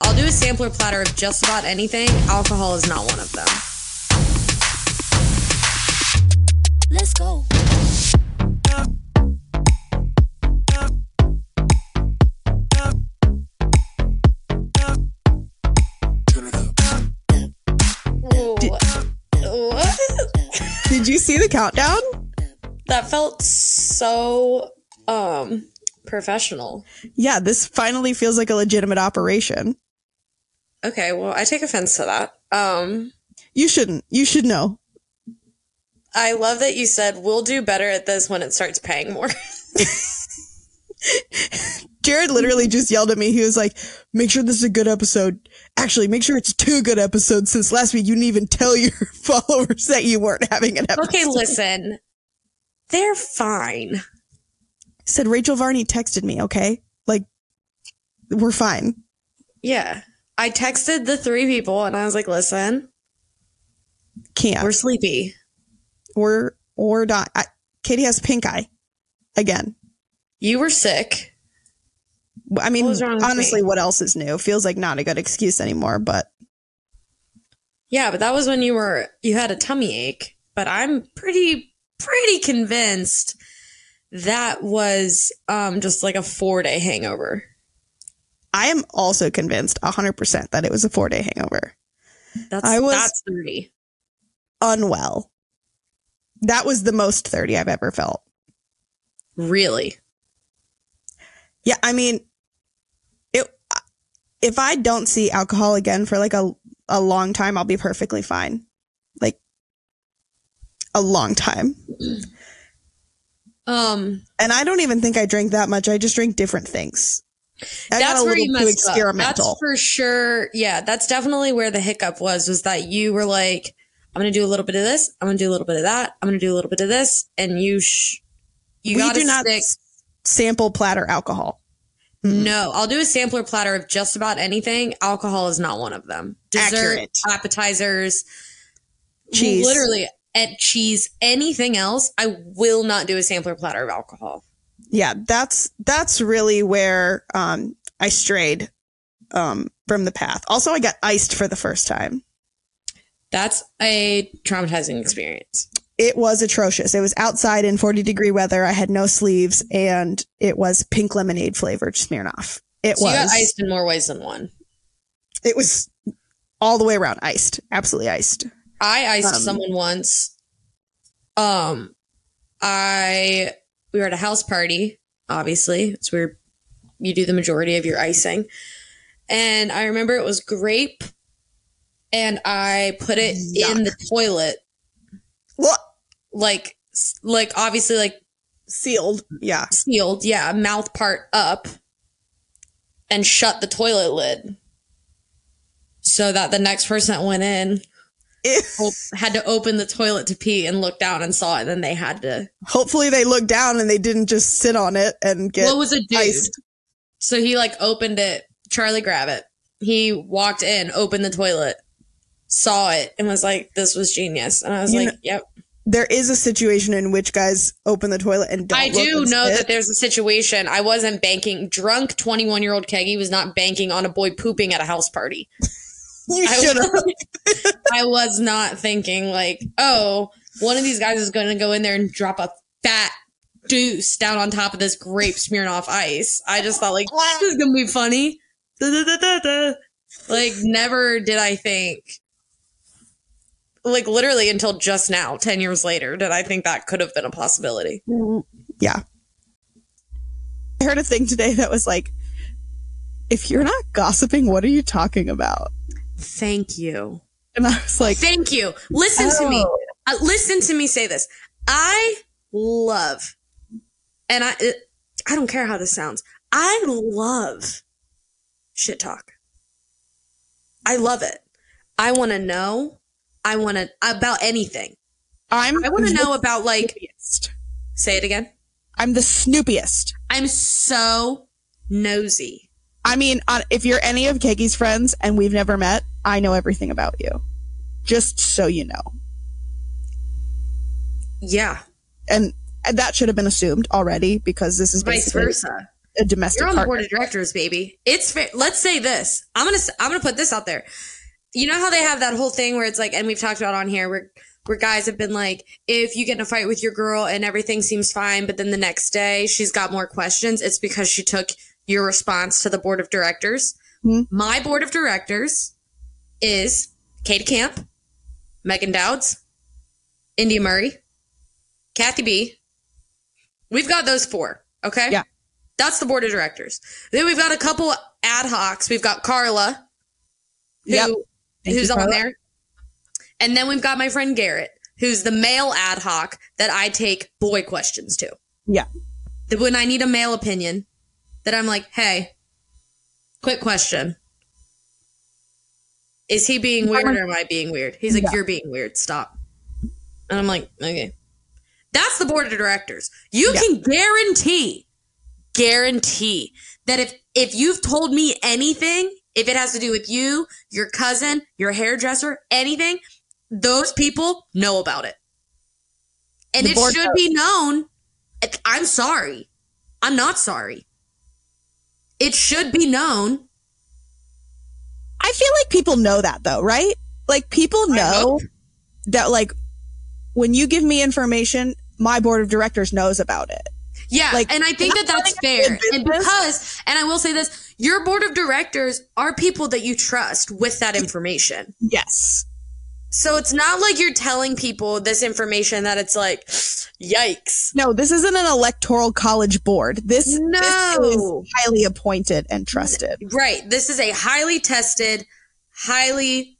I'll do a sampler platter of just about anything. Alcohol is not one of them. Let's go. What? Did you see the countdown? That felt so um professional. Yeah, this finally feels like a legitimate operation. Okay, well, I take offense to that. Um You shouldn't. You should know. I love that you said we'll do better at this when it starts paying more. Jared literally Mm-hmm. just yelled at me. He was like, make sure this is a good episode. Actually, make sure it's two good episodes since last week you didn't even tell your followers that you weren't having an episode. okay, listen. They're fine. Said Rachel Varney texted me, okay? Like, we're fine. Yeah. I texted the three people and I was like, "Listen, Can't. we're sleepy." We're, we're not. I, Katie has pink eye. Again. You were sick. I mean, What was wrong with honestly, me? what else is new? Feels like not a good excuse anymore, but Yeah, but that was when you were you had a tummy ache, but I'm pretty pretty convinced that was um just like a 4-day hangover. I am also convinced 100% that it was a four day hangover. That's I was- that's 30. Unwell. That was the most 30 I've ever felt. Really? Yeah, I mean, it, if I don't see alcohol again for like a, a long time, I'll be perfectly fine. Like a long time. Um And I don't even think I drink that much. I just drink different things. I that's got a where little you too messed experimental. up. That's for sure. Yeah, that's definitely where the hiccup was was that you were like I'm going to do a little bit of this, I'm going to do a little bit of that, I'm going to do a little bit of this and you sh- you we got to do not stick s- sample platter alcohol. No, I'll do a sampler platter of just about anything. Alcohol is not one of them. Dessert, Accurate. appetizers, Cheese. literally at cheese, anything else. I will not do a sampler platter of alcohol. yeah, that's that's really where um, I strayed um, from the path. Also, I got iced for the first time. That's a traumatizing experience. It was atrocious. It was outside in 40 degree weather. I had no sleeves, and it was pink lemonade flavored Smirnoff. It So you got was. iced in more ways than one. It was all the way around iced, absolutely iced. I iced Um, someone once. Um, I we were at a house party. Obviously, it's where you do the majority of your icing. And I remember it was grape, and I put it in the toilet, What like s- like obviously like sealed? Yeah, sealed, yeah, mouth part up, and shut the toilet lid. So that the next person that went in Ew. op- had to open the toilet to pee and look down and saw it, and then they had to. Hopefully, they looked down and they didn't just sit on it and get well, it was a dude. iced. So he like opened it. Charlie Gravitt. He walked in, opened the toilet, saw it, and was like, "This was genius." And I was You like, kn- "Yep, There is a situation in which guys open the toilet and don't. I look do and know spit. that there's a situation. I wasn't banking. Drunk 21 year old Keggy was not banking on a boy pooping at a house party." you I should have. was- I was not thinking like, oh, one of these guys is going to go in there and drop a fat deuce down on top of this grape smearing off ice. I just thought like this is going to be funny. Da-da-da-da-da. Like never did I think like literally until just now, 10 years later, did I think that could have been a possibility. yeah. I heard a thing today that was like, if you're not gossiping, what are you talking about? Thank you. And I was like, Thank you. Listen to me. Oh. Uh, listen to me say this. I love, and I it, I don't care how this sounds. I love shit talk. I love it. I want to know. I want to about anything. I'm I want to know about like. Snoopiest. Say it again. I'm the snoopiest. I'm so nosy. I mean, on, if you're any of Keki's friends and we've never met, I know everything about you. Just so you know. Yeah. And, and that should have been assumed already because this is Vice basically- versa. a domestic You're on the partner. board of directors, baby. It's fair. Let's say this. I'm gonna s- I'm gonna put this out there. You know how they have that whole thing where it's like, and we've talked about on here where where guys have been like, if you get in a fight with your girl and everything seems fine, but then the next day she's got more questions, it's because she took your response to the board of directors. Mhm. My board of directors is Kate Camp, Megan Dowds, India Murray, Kathy B. We've got those four. Okay. Yeah. That's the board of directors. Then we've got a couple ad hocs. We've got Carla, who, Yep. Thank who's you, on Carla. there. And then we've got my friend Garrett, who's the male ad hoc that I take boy questions to. Yeah. That when I need a male opinion, that I'm like, hey, quick question. Is he being weird or am I being weird? He's like, Yeah. you're being weird. Stop. And I'm like, okay. That's the board of directors. You Yeah. can guarantee, guarantee that if if you've told me anything, if it has to do with you, your cousin, your hairdresser, anything, those people know about it. And The it board should be known. It- I'm sorry. I'm not sorry. It should be known. I feel like people know that though, right? Like people know hope. that like when you give me information, my board of directors knows about it. Yeah, Like, and I think that that's that's running a fair. good And business. because, and I will say this, your board of directors are people that you trust with that information. Yes. So it's not like you're telling people this information that it's like, yikes. No, this isn't an electoral college board. This, this is No. highly appointed and trusted. Right. This is a highly tested, highly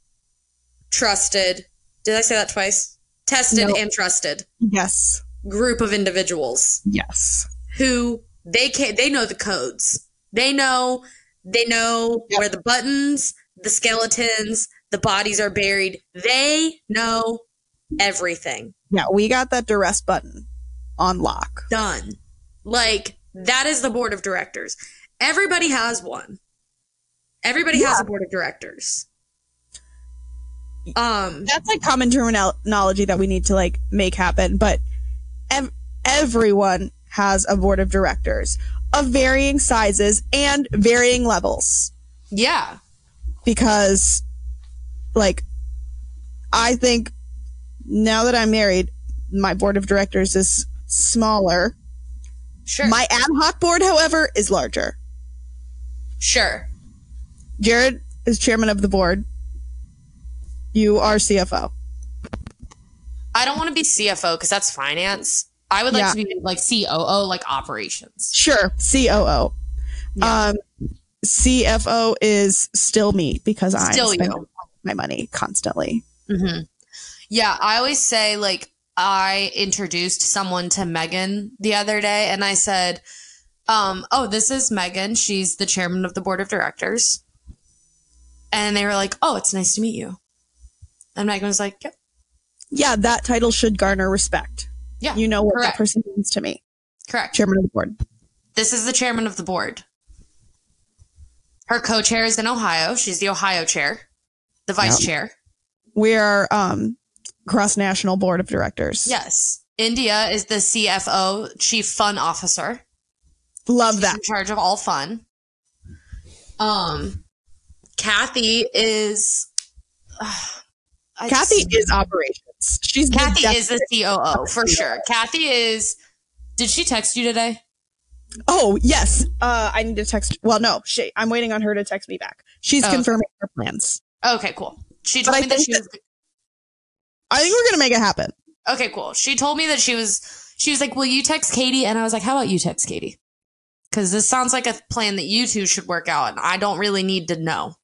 trusted. Did I say that twice? Tested No. and trusted Yes. group of individuals Yes. who they can they know the codes. They know they know Yep. where the buttons, the skeletons, the bodies are buried. They know everything. Yeah, we got that duress button on lock. Done. Like that is the board of directors. Everybody has one. Everybody has a board of directors. Um That's like common terminology that we need to like make happen, but ev- everyone has a board of directors of varying sizes and varying levels yeah. because like I think now that I'm married, my board of directors is smaller. Sure. My ad hoc board, however, is larger. sure. Jared is chairman of the board. You are CFO. I don't want to be CFO because that's finance. I would like to Yeah. be like COO, like operations. Sure, COO. Um, CFO is still me because I'm Still spending you. my money constantly. hmm Yeah, I always say like I introduced someone to Megan the other day, and I said, um, "Oh, this is Megan. She's the chairman of the board of directors." And they were like, "Oh, it's nice to meet you." And Megan was like, "Yep, Yeah, that title should garner respect. Yeah, you know what correct. that person means to me. correct. Chairman of the board. This is the chairman of the board. Her co-chair is in Ohio. She's the Ohio chair, the vice Yep. chair. We are um, cross national board of directors. Yes, India is the CFO, chief fun officer. love She's that. in charge of all fun. Um, Kathy is. I just- Kathy is operations. She's the Kathy def- is the COO for sure. Kathy is. Did she text you today? Oh yes. Uh, I need to text. Well, no, she, I'm waiting on her to text me back. She's Oh, okay. confirming her plans. Oh, Okay, cool. She But told I me that think she was. I think we're gonna make it happen. Okay, cool. She told me that she was. She was like, "Will you text Katie?" And I was like, "How about you text Katie?" Because this sounds like a plan that you two should work out, and I don't really need to know.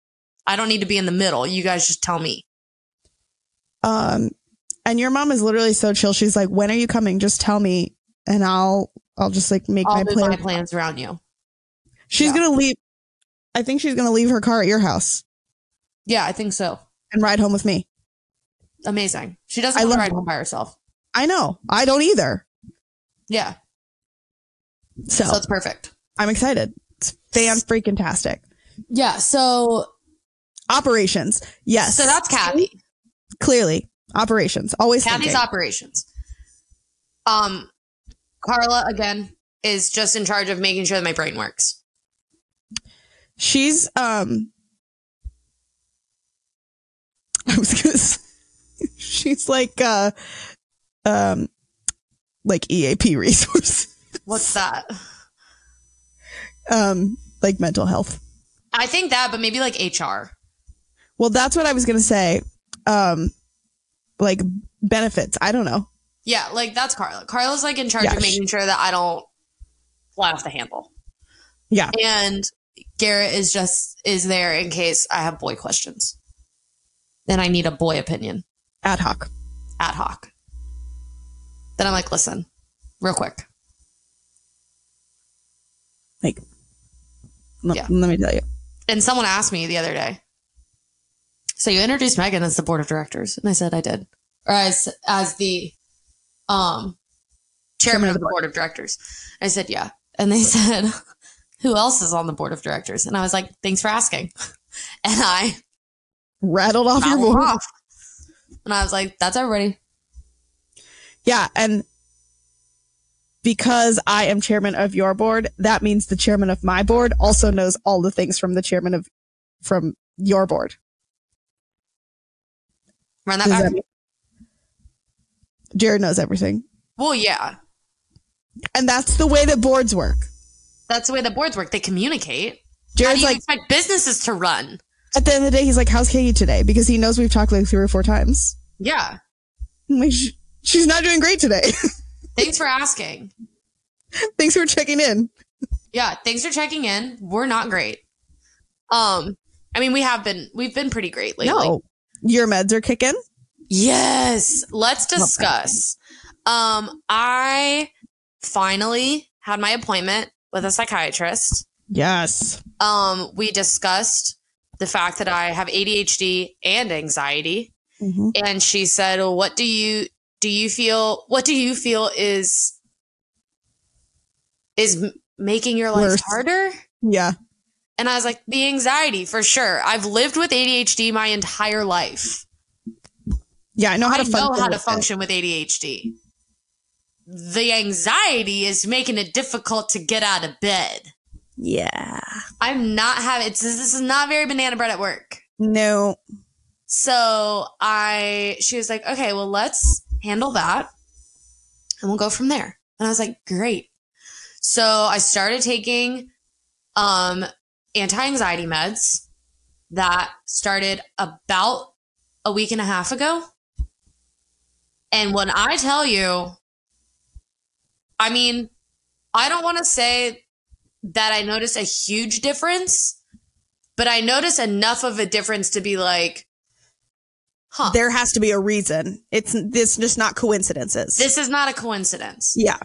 I don't need to be in the middle. You guys just tell me. um and your mom is literally so chill she's like when are you coming just tell me and i'll i'll just like make I'll my move plan my plans around you. she's Yeah. gonna leave i think she's gonna leave her car at your house Yeah, I think so. and ride home with me amazing. She doesn't I want to love ride home by herself. i know i don't either Yeah, so, so it's perfect. i'm excited it's fan freaking tastic Yeah, so operations yes so that's Kathy. clearly operations always Kathy's thinking. operations. Um, Carla again, is just in charge of making sure that my brain works. She's um I was gonna say, she's like uh um like EAP resource. What's that? Um like mental health. I think that, but maybe like HR. Well, that's what I was gonna say. Um like benefits. I don't know. Yeah, like that's Carla. Carla's like in charge Yeah, of making sure that I don't fly off the handle. Yeah. And Garrett is just is there in case I have boy questions. Then I need a boy opinion Ad hoc. ad hoc. Then I'm like, listen, real quick. Like let- Yeah. let me tell you. And someone asked me the other day. So you introduced Megan as the board of directors, and I said I did, or as as the um chairman of the board of directors. I said yeah, and they said who else is on the board of directors, and I was like, thanks for asking, and I Rattled off your rattled board. off, and I was like, that's everybody. Yeah, and because I am chairman of your board, that means the chairman of my board also knows all the things from the chairman of from your board. Run that Does back. that mean- Jared knows everything. well, yeah, And that's the way that boards work. that's the way the boards work. They communicate. How do Jared's you like expect businesses to run? at the end of the day, he's like, How's Katie today? Because he knows we've talked like three or four times. Yeah. I'm like, "She- She's not doing great today. Thanks for asking. Thanks for checking in. yeah thanks for checking in we're not great um i mean we have been we've been pretty great lately No. Your meds are kicking. yes let's discuss um i finally had my appointment with a psychiatrist Yes. um we discussed the fact that i have adhd and anxiety Mhm. and she said well, what do you do you feel what do you feel is is m- making your life Worse. harder Yeah. And I was like, the anxiety for sure. I've lived with ADHD my entire life. Yeah. I know how I to function. know how to with it. function with ADHD. The anxiety is making it difficult to get out of bed. Yeah. I'm not having it's this is not very banana bread at work. No. So I she was like, okay, well let's handle that and we'll go from there. And I was like, great. So I started taking um anti-anxiety meds that started about a week and a half ago. And when I tell you, I mean, I don't want to say that I noticed a huge difference, but I noticed enough of a difference to be like, huh, there has to be a reason. It's this just not coincidences. this is not a coincidence. yeah.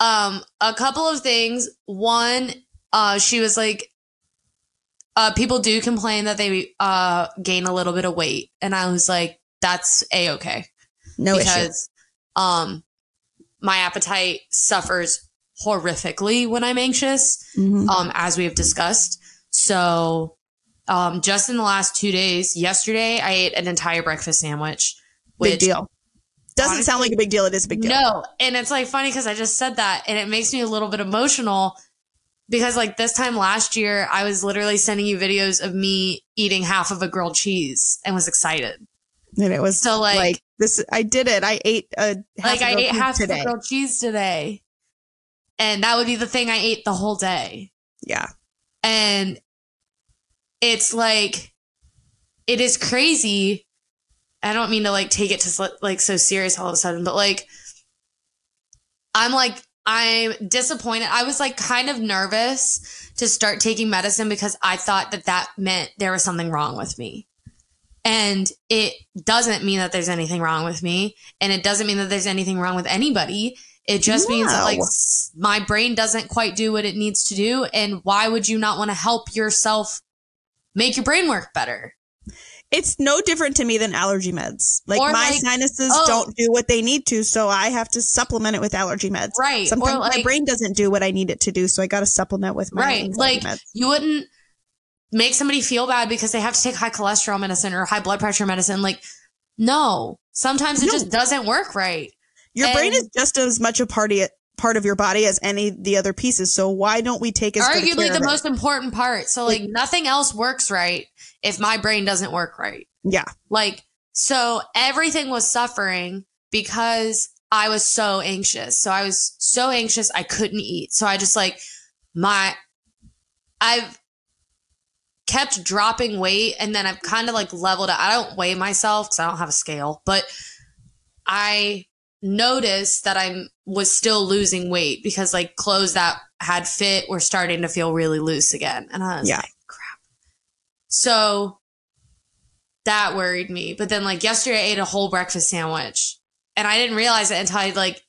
Um, a couple of things. One, uh, she was like, uh, people do complain that they uh gain a little bit of weight, and I was like, that's a okay. No issue. because um my appetite suffers horrifically when I'm anxious, Mhm. um, as we have discussed. So um just in the last two days, yesterday I ate an entire breakfast sandwich. big deal. Doesn't sound like a big deal. It is a big deal. No, and it's like funny because I just said that, and it makes me a little bit emotional because like this time last year, I was literally sending you videos of me eating half of a grilled cheese and was excited. And it was So, like- like, this. I did it. I ate a half like I of a ate cookie half of today. a grilled cheese today, and that would be the thing I ate the whole day. yeah. And it's like, it is crazy. I don't mean to like take it to sli- like so serious all of a sudden, but like, I'm like, I'm disappointed. I was like kind of nervous to start taking medicine because I thought that that meant there was something wrong with me. And it doesn't mean that there's anything wrong with me. And it doesn't mean that there's anything wrong with anybody. It just means that like No. s- my brain doesn't quite do what it needs to do. And why would you not want to help yourself make your brain work better? It's no different to me than allergy meds. Like Or, my like, sinuses oh. don't do what they need to, so I have to supplement it with allergy meds. Right, or, Sometimes like- my brain doesn't do what I need it to do, so I got to supplement with my Right. anxiety Like meds. you wouldn't make somebody feel bad because they have to take high cholesterol medicine or high blood pressure medicine. Like, no, sometimes it No. just doesn't work right. Your brain and- is just as much a party part of your body as any of the other pieces. So why don't we take as good Arguably care the of it? most important part. So like nothing else works right if my brain doesn't work right. Yeah, Like, so everything was suffering because I was so anxious. So I was so anxious, I couldn't eat. So I just like, my, I've kept dropping weight and then I've kind of like leveled out. I don't weigh myself because I don't have a scale, but I noticed that I'm was still losing weight because like clothes that had fit were starting to feel really loose again. And I was Yeah. like, crap. So that worried me. But then like yesterday I ate a whole breakfast sandwich and I didn't realize it until I like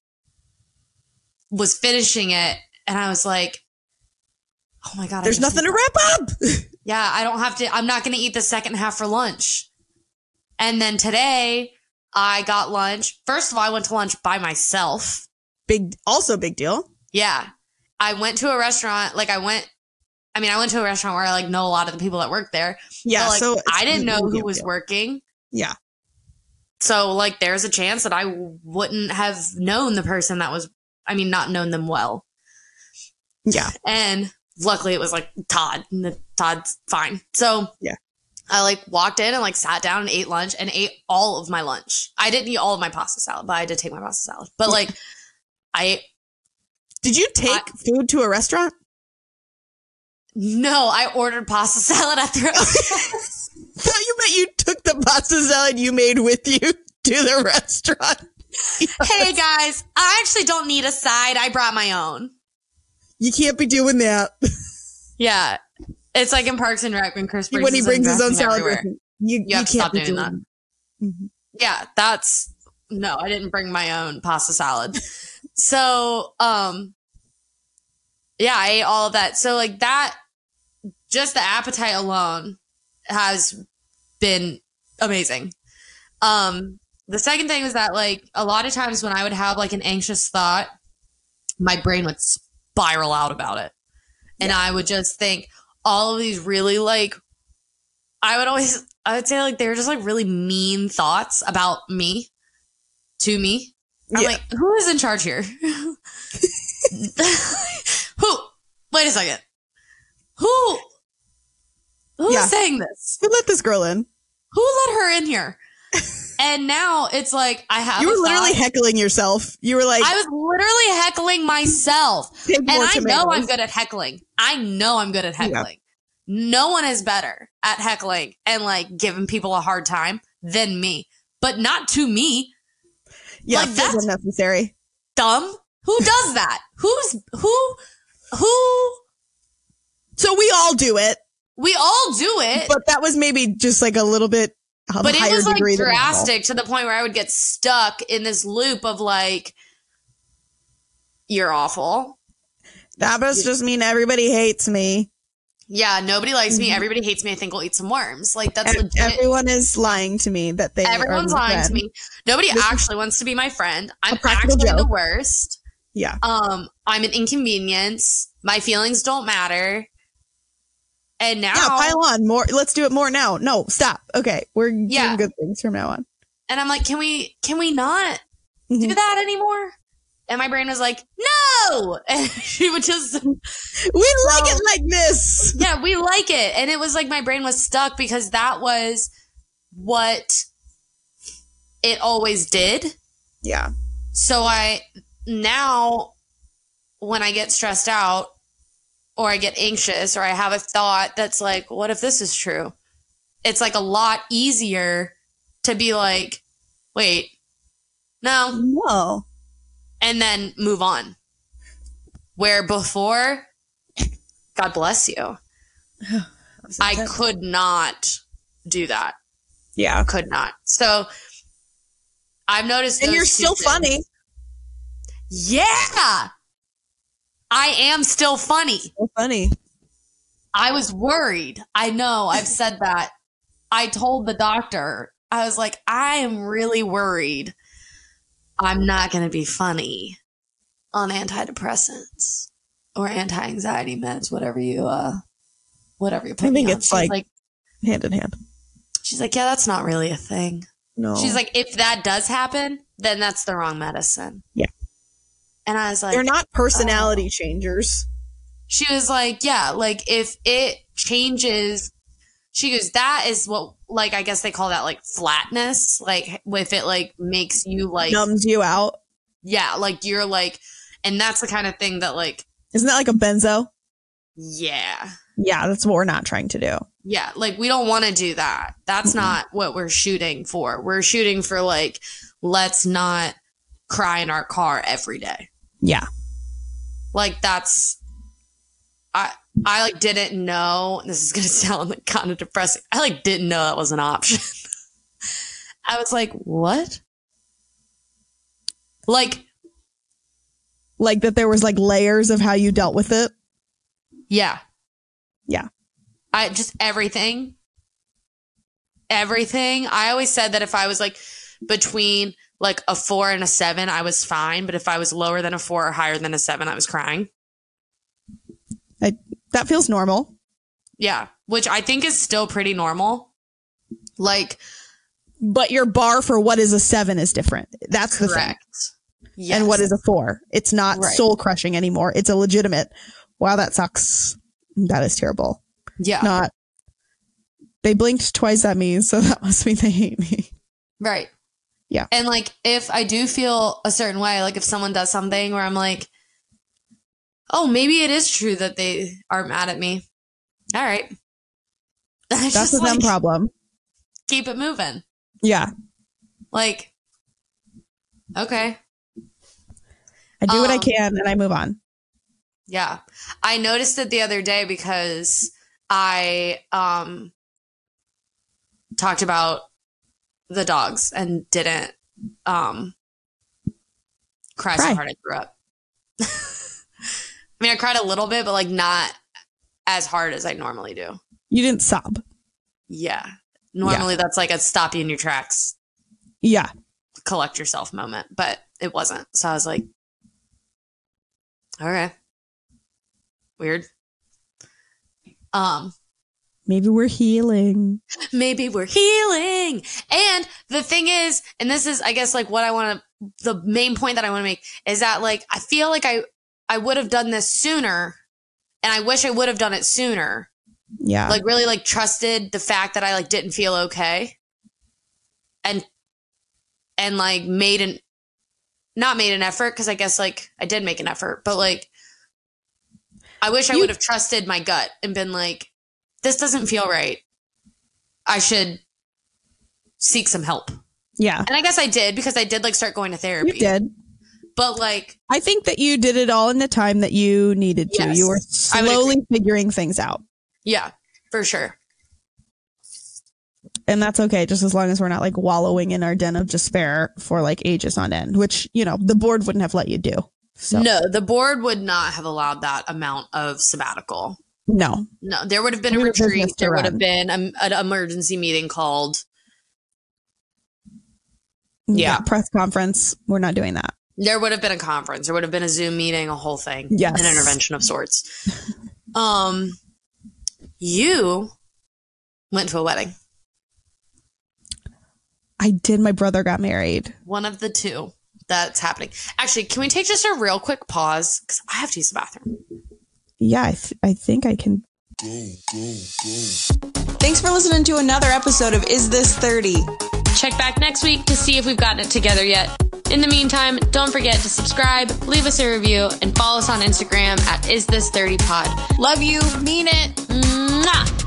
was finishing it and I was like, Oh my god, I there's just ate nothing to wrap up. yeah, I don't have to, I'm not going to eat the second half for lunch. And then today I got lunch. First of all, I went to lunch by myself. big, also big deal. Yeah. I went to a restaurant, like I went, I mean, I went to a restaurant where I like know a lot of the people that work there. Yeah, But, like, so it's I didn't know really who big was deal. working. Yeah. So like there's a chance that I wouldn't have known the person that was, I mean, not known them well. Yeah, And luckily it was like Todd. And the- Todd's fine. So Yeah. I like walked in and like sat down and ate lunch and ate all of my lunch. I didn't eat all of my pasta salad, but I did take my pasta salad. But like I ate did you take food to a restaurant? no, I ordered pasta salad at the Thought you meant you took the pasta salad you made with you to the restaurant. Hey guys, I actually don't need a side. I brought my own. You can't be doing that Yeah. It's like in Parks and Rec when Chris brings when he his brings his own dressing salad. everywhere. dressing. You, you, You have can't to stop be doing that. Mhm. yeah, that's no, I didn't bring my own pasta salad. So, um yeah, I ate all of that. So like that just the appetite alone has been amazing. Um the second thing was that like a lot of times when I would have like an anxious thought, my brain would spiral out about it. And I would just think all of these really like I would always I would say like they were just like really mean thoughts about me to me. I'm Yeah. like, who is in charge here? who? Wait a second. Who? Who's Yeah. saying this? Who let this girl in? Who let her in here? and now it's like I have. You a were literally thought. heckling yourself. You were like, I was literally heckling myself. take And more I tomatoes. know I'm good at heckling. I know I'm good at Yeah. heckling. No one is better at heckling and like giving people a hard time than me, but not to me. yeah, like, feels that's- unnecessary. Dumb. Who does that? Who's who? Who? So we all do it, We all do it, but, but that was maybe just like a little bit of a it higher was like degree than normal. drastic to the point where I would get stuck in this loop of like, you're awful. That must just mean everybody hates me. Yeah, nobody likes Mm-hmm. me. Everybody hates me. I think we'll eat some worms. Like that's And legit. everyone is lying to me that they. are Everyone's my lying to friend. me. Nobody This is actually wants to be my friend. I'm practical actually the joke. worst. Yeah. Um, I'm an inconvenience. My feelings don't matter. And now, Yeah, pile on more. Let's do it more now. No, stop. Okay, we're Yeah. doing good things from now on. and I'm like, can we can we not do Mhm. that anymore? And my brain was like, no. And she would just We like So- it like this. yeah, we like it. And it was like my brain was stuck because that was what it always did. Yeah, So I now when I get stressed out or I get anxious or I have a thought that's like, what if this is true? It's like a lot easier to be like, wait, no, no, and then move on. Where before, God bless you, I could not do that. Yeah, Could not. So I've noticed and those you're two still things. funny. Yeah. I am still funny. So funny. I was worried. I know I've said that. I told the doctor, I was like, I am really worried. I'm not going to be funny on antidepressants or anti anxiety meds, whatever you, uh, whatever you put I think me on. it's She's like- Hand in hand. she's like, yeah, that's not really a thing. No, She's like, if that does happen, then that's the wrong medicine. Yeah. And I was like, oh. They're not personality changers. she was like, yeah, like if it changes, she goes, that is what, like, I guess they call that like flatness. Like, if it like makes you like, Numbs you out. yeah, like you're like, and that's the kind of thing that like, Isn't that like a benzo? yeah, Yeah, that's what we're not trying to do. yeah, like we don't want to do that. That's not what we're shooting for. We're shooting for like, let's not cry in our car every day. Yeah. like that's i i like didn't know this is gonna sound like kind of depressing i like didn't know that was an option i was like what like Like that there was like layers of how you dealt with it. yeah Yeah. i just everything everything i always said that if i was like between like a four and a seven i was fine but if i was lower than a four or higher than a seven i was crying That feels normal. yeah which i think is still pretty normal like But your bar for what is a seven is different. That's the thing. Correct. Yes. And what is a four? It's not Right. soul crushing anymore. It's a legitimate. Wow, that sucks. That is terrible. yeah Not. They blinked twice at me, so that must mean they hate me. right? Yeah. And like, if I do feel a certain way, like if someone does something where I'm like, oh, maybe it is true that they are mad at me. All right, I That's just a them like problem. keep it moving. Yeah, Like, okay, I do what I Um, can and I move on. Yeah. I noticed it the other day because I um talked about the dogs and didn't um cry, Cry. so hard I threw up. I mean, I cried a little bit, but like not as hard as I normally do. You didn't sob. Yeah. Normally that's like a stop you in your tracks, Yeah, collect yourself moment, but it wasn't. So I was like, okay. Weird. Um, maybe we're healing. maybe we're healing. And the thing is, and this is, I guess, like what I want to, the main point that I want to make is that, like, I feel like I, I would have done this sooner, and I wish I would have done it sooner. Yeah, Like, really, like, trusted the fact that I like didn't feel okay, and, and like made an, not made an effort because I guess like I did make an effort, but like, I wish I You- would have trusted my gut and been like, this doesn't feel right. I should seek some help. yeah, And I guess I did because I did like start going to therapy. you did. But like, I think that you did it all in the time that you needed to. Yes. You were I would slowly figuring things out, yeah, for sure. and that's okay. Just as long as we're not like wallowing in our den of despair for like ages on end, which you know the board wouldn't have let you do. So No, the board would not have allowed that amount of sabbatical. no. No, there would have been a We have retreat. business to There would have run. been a, an emergency meeting called. Yeah. yeah, press conference. We're not doing that. There would have been a conference. There would have been a Zoom meeting, a whole thing. Yes. An intervention of sorts. um, you went to a wedding. I did. My brother got married. One of the two that's happening. Actually, can we take just a real quick pause? Because I have to use the bathroom. Yeah, I, th- I think I can. Thanks for listening to another episode of Is This 30? Check back next week to see if we've gotten it together yet. In the meantime, don't forget to subscribe, leave us a review, and follow us on Instagram at Is This 30 Pod. Love you, mean it. Mwah!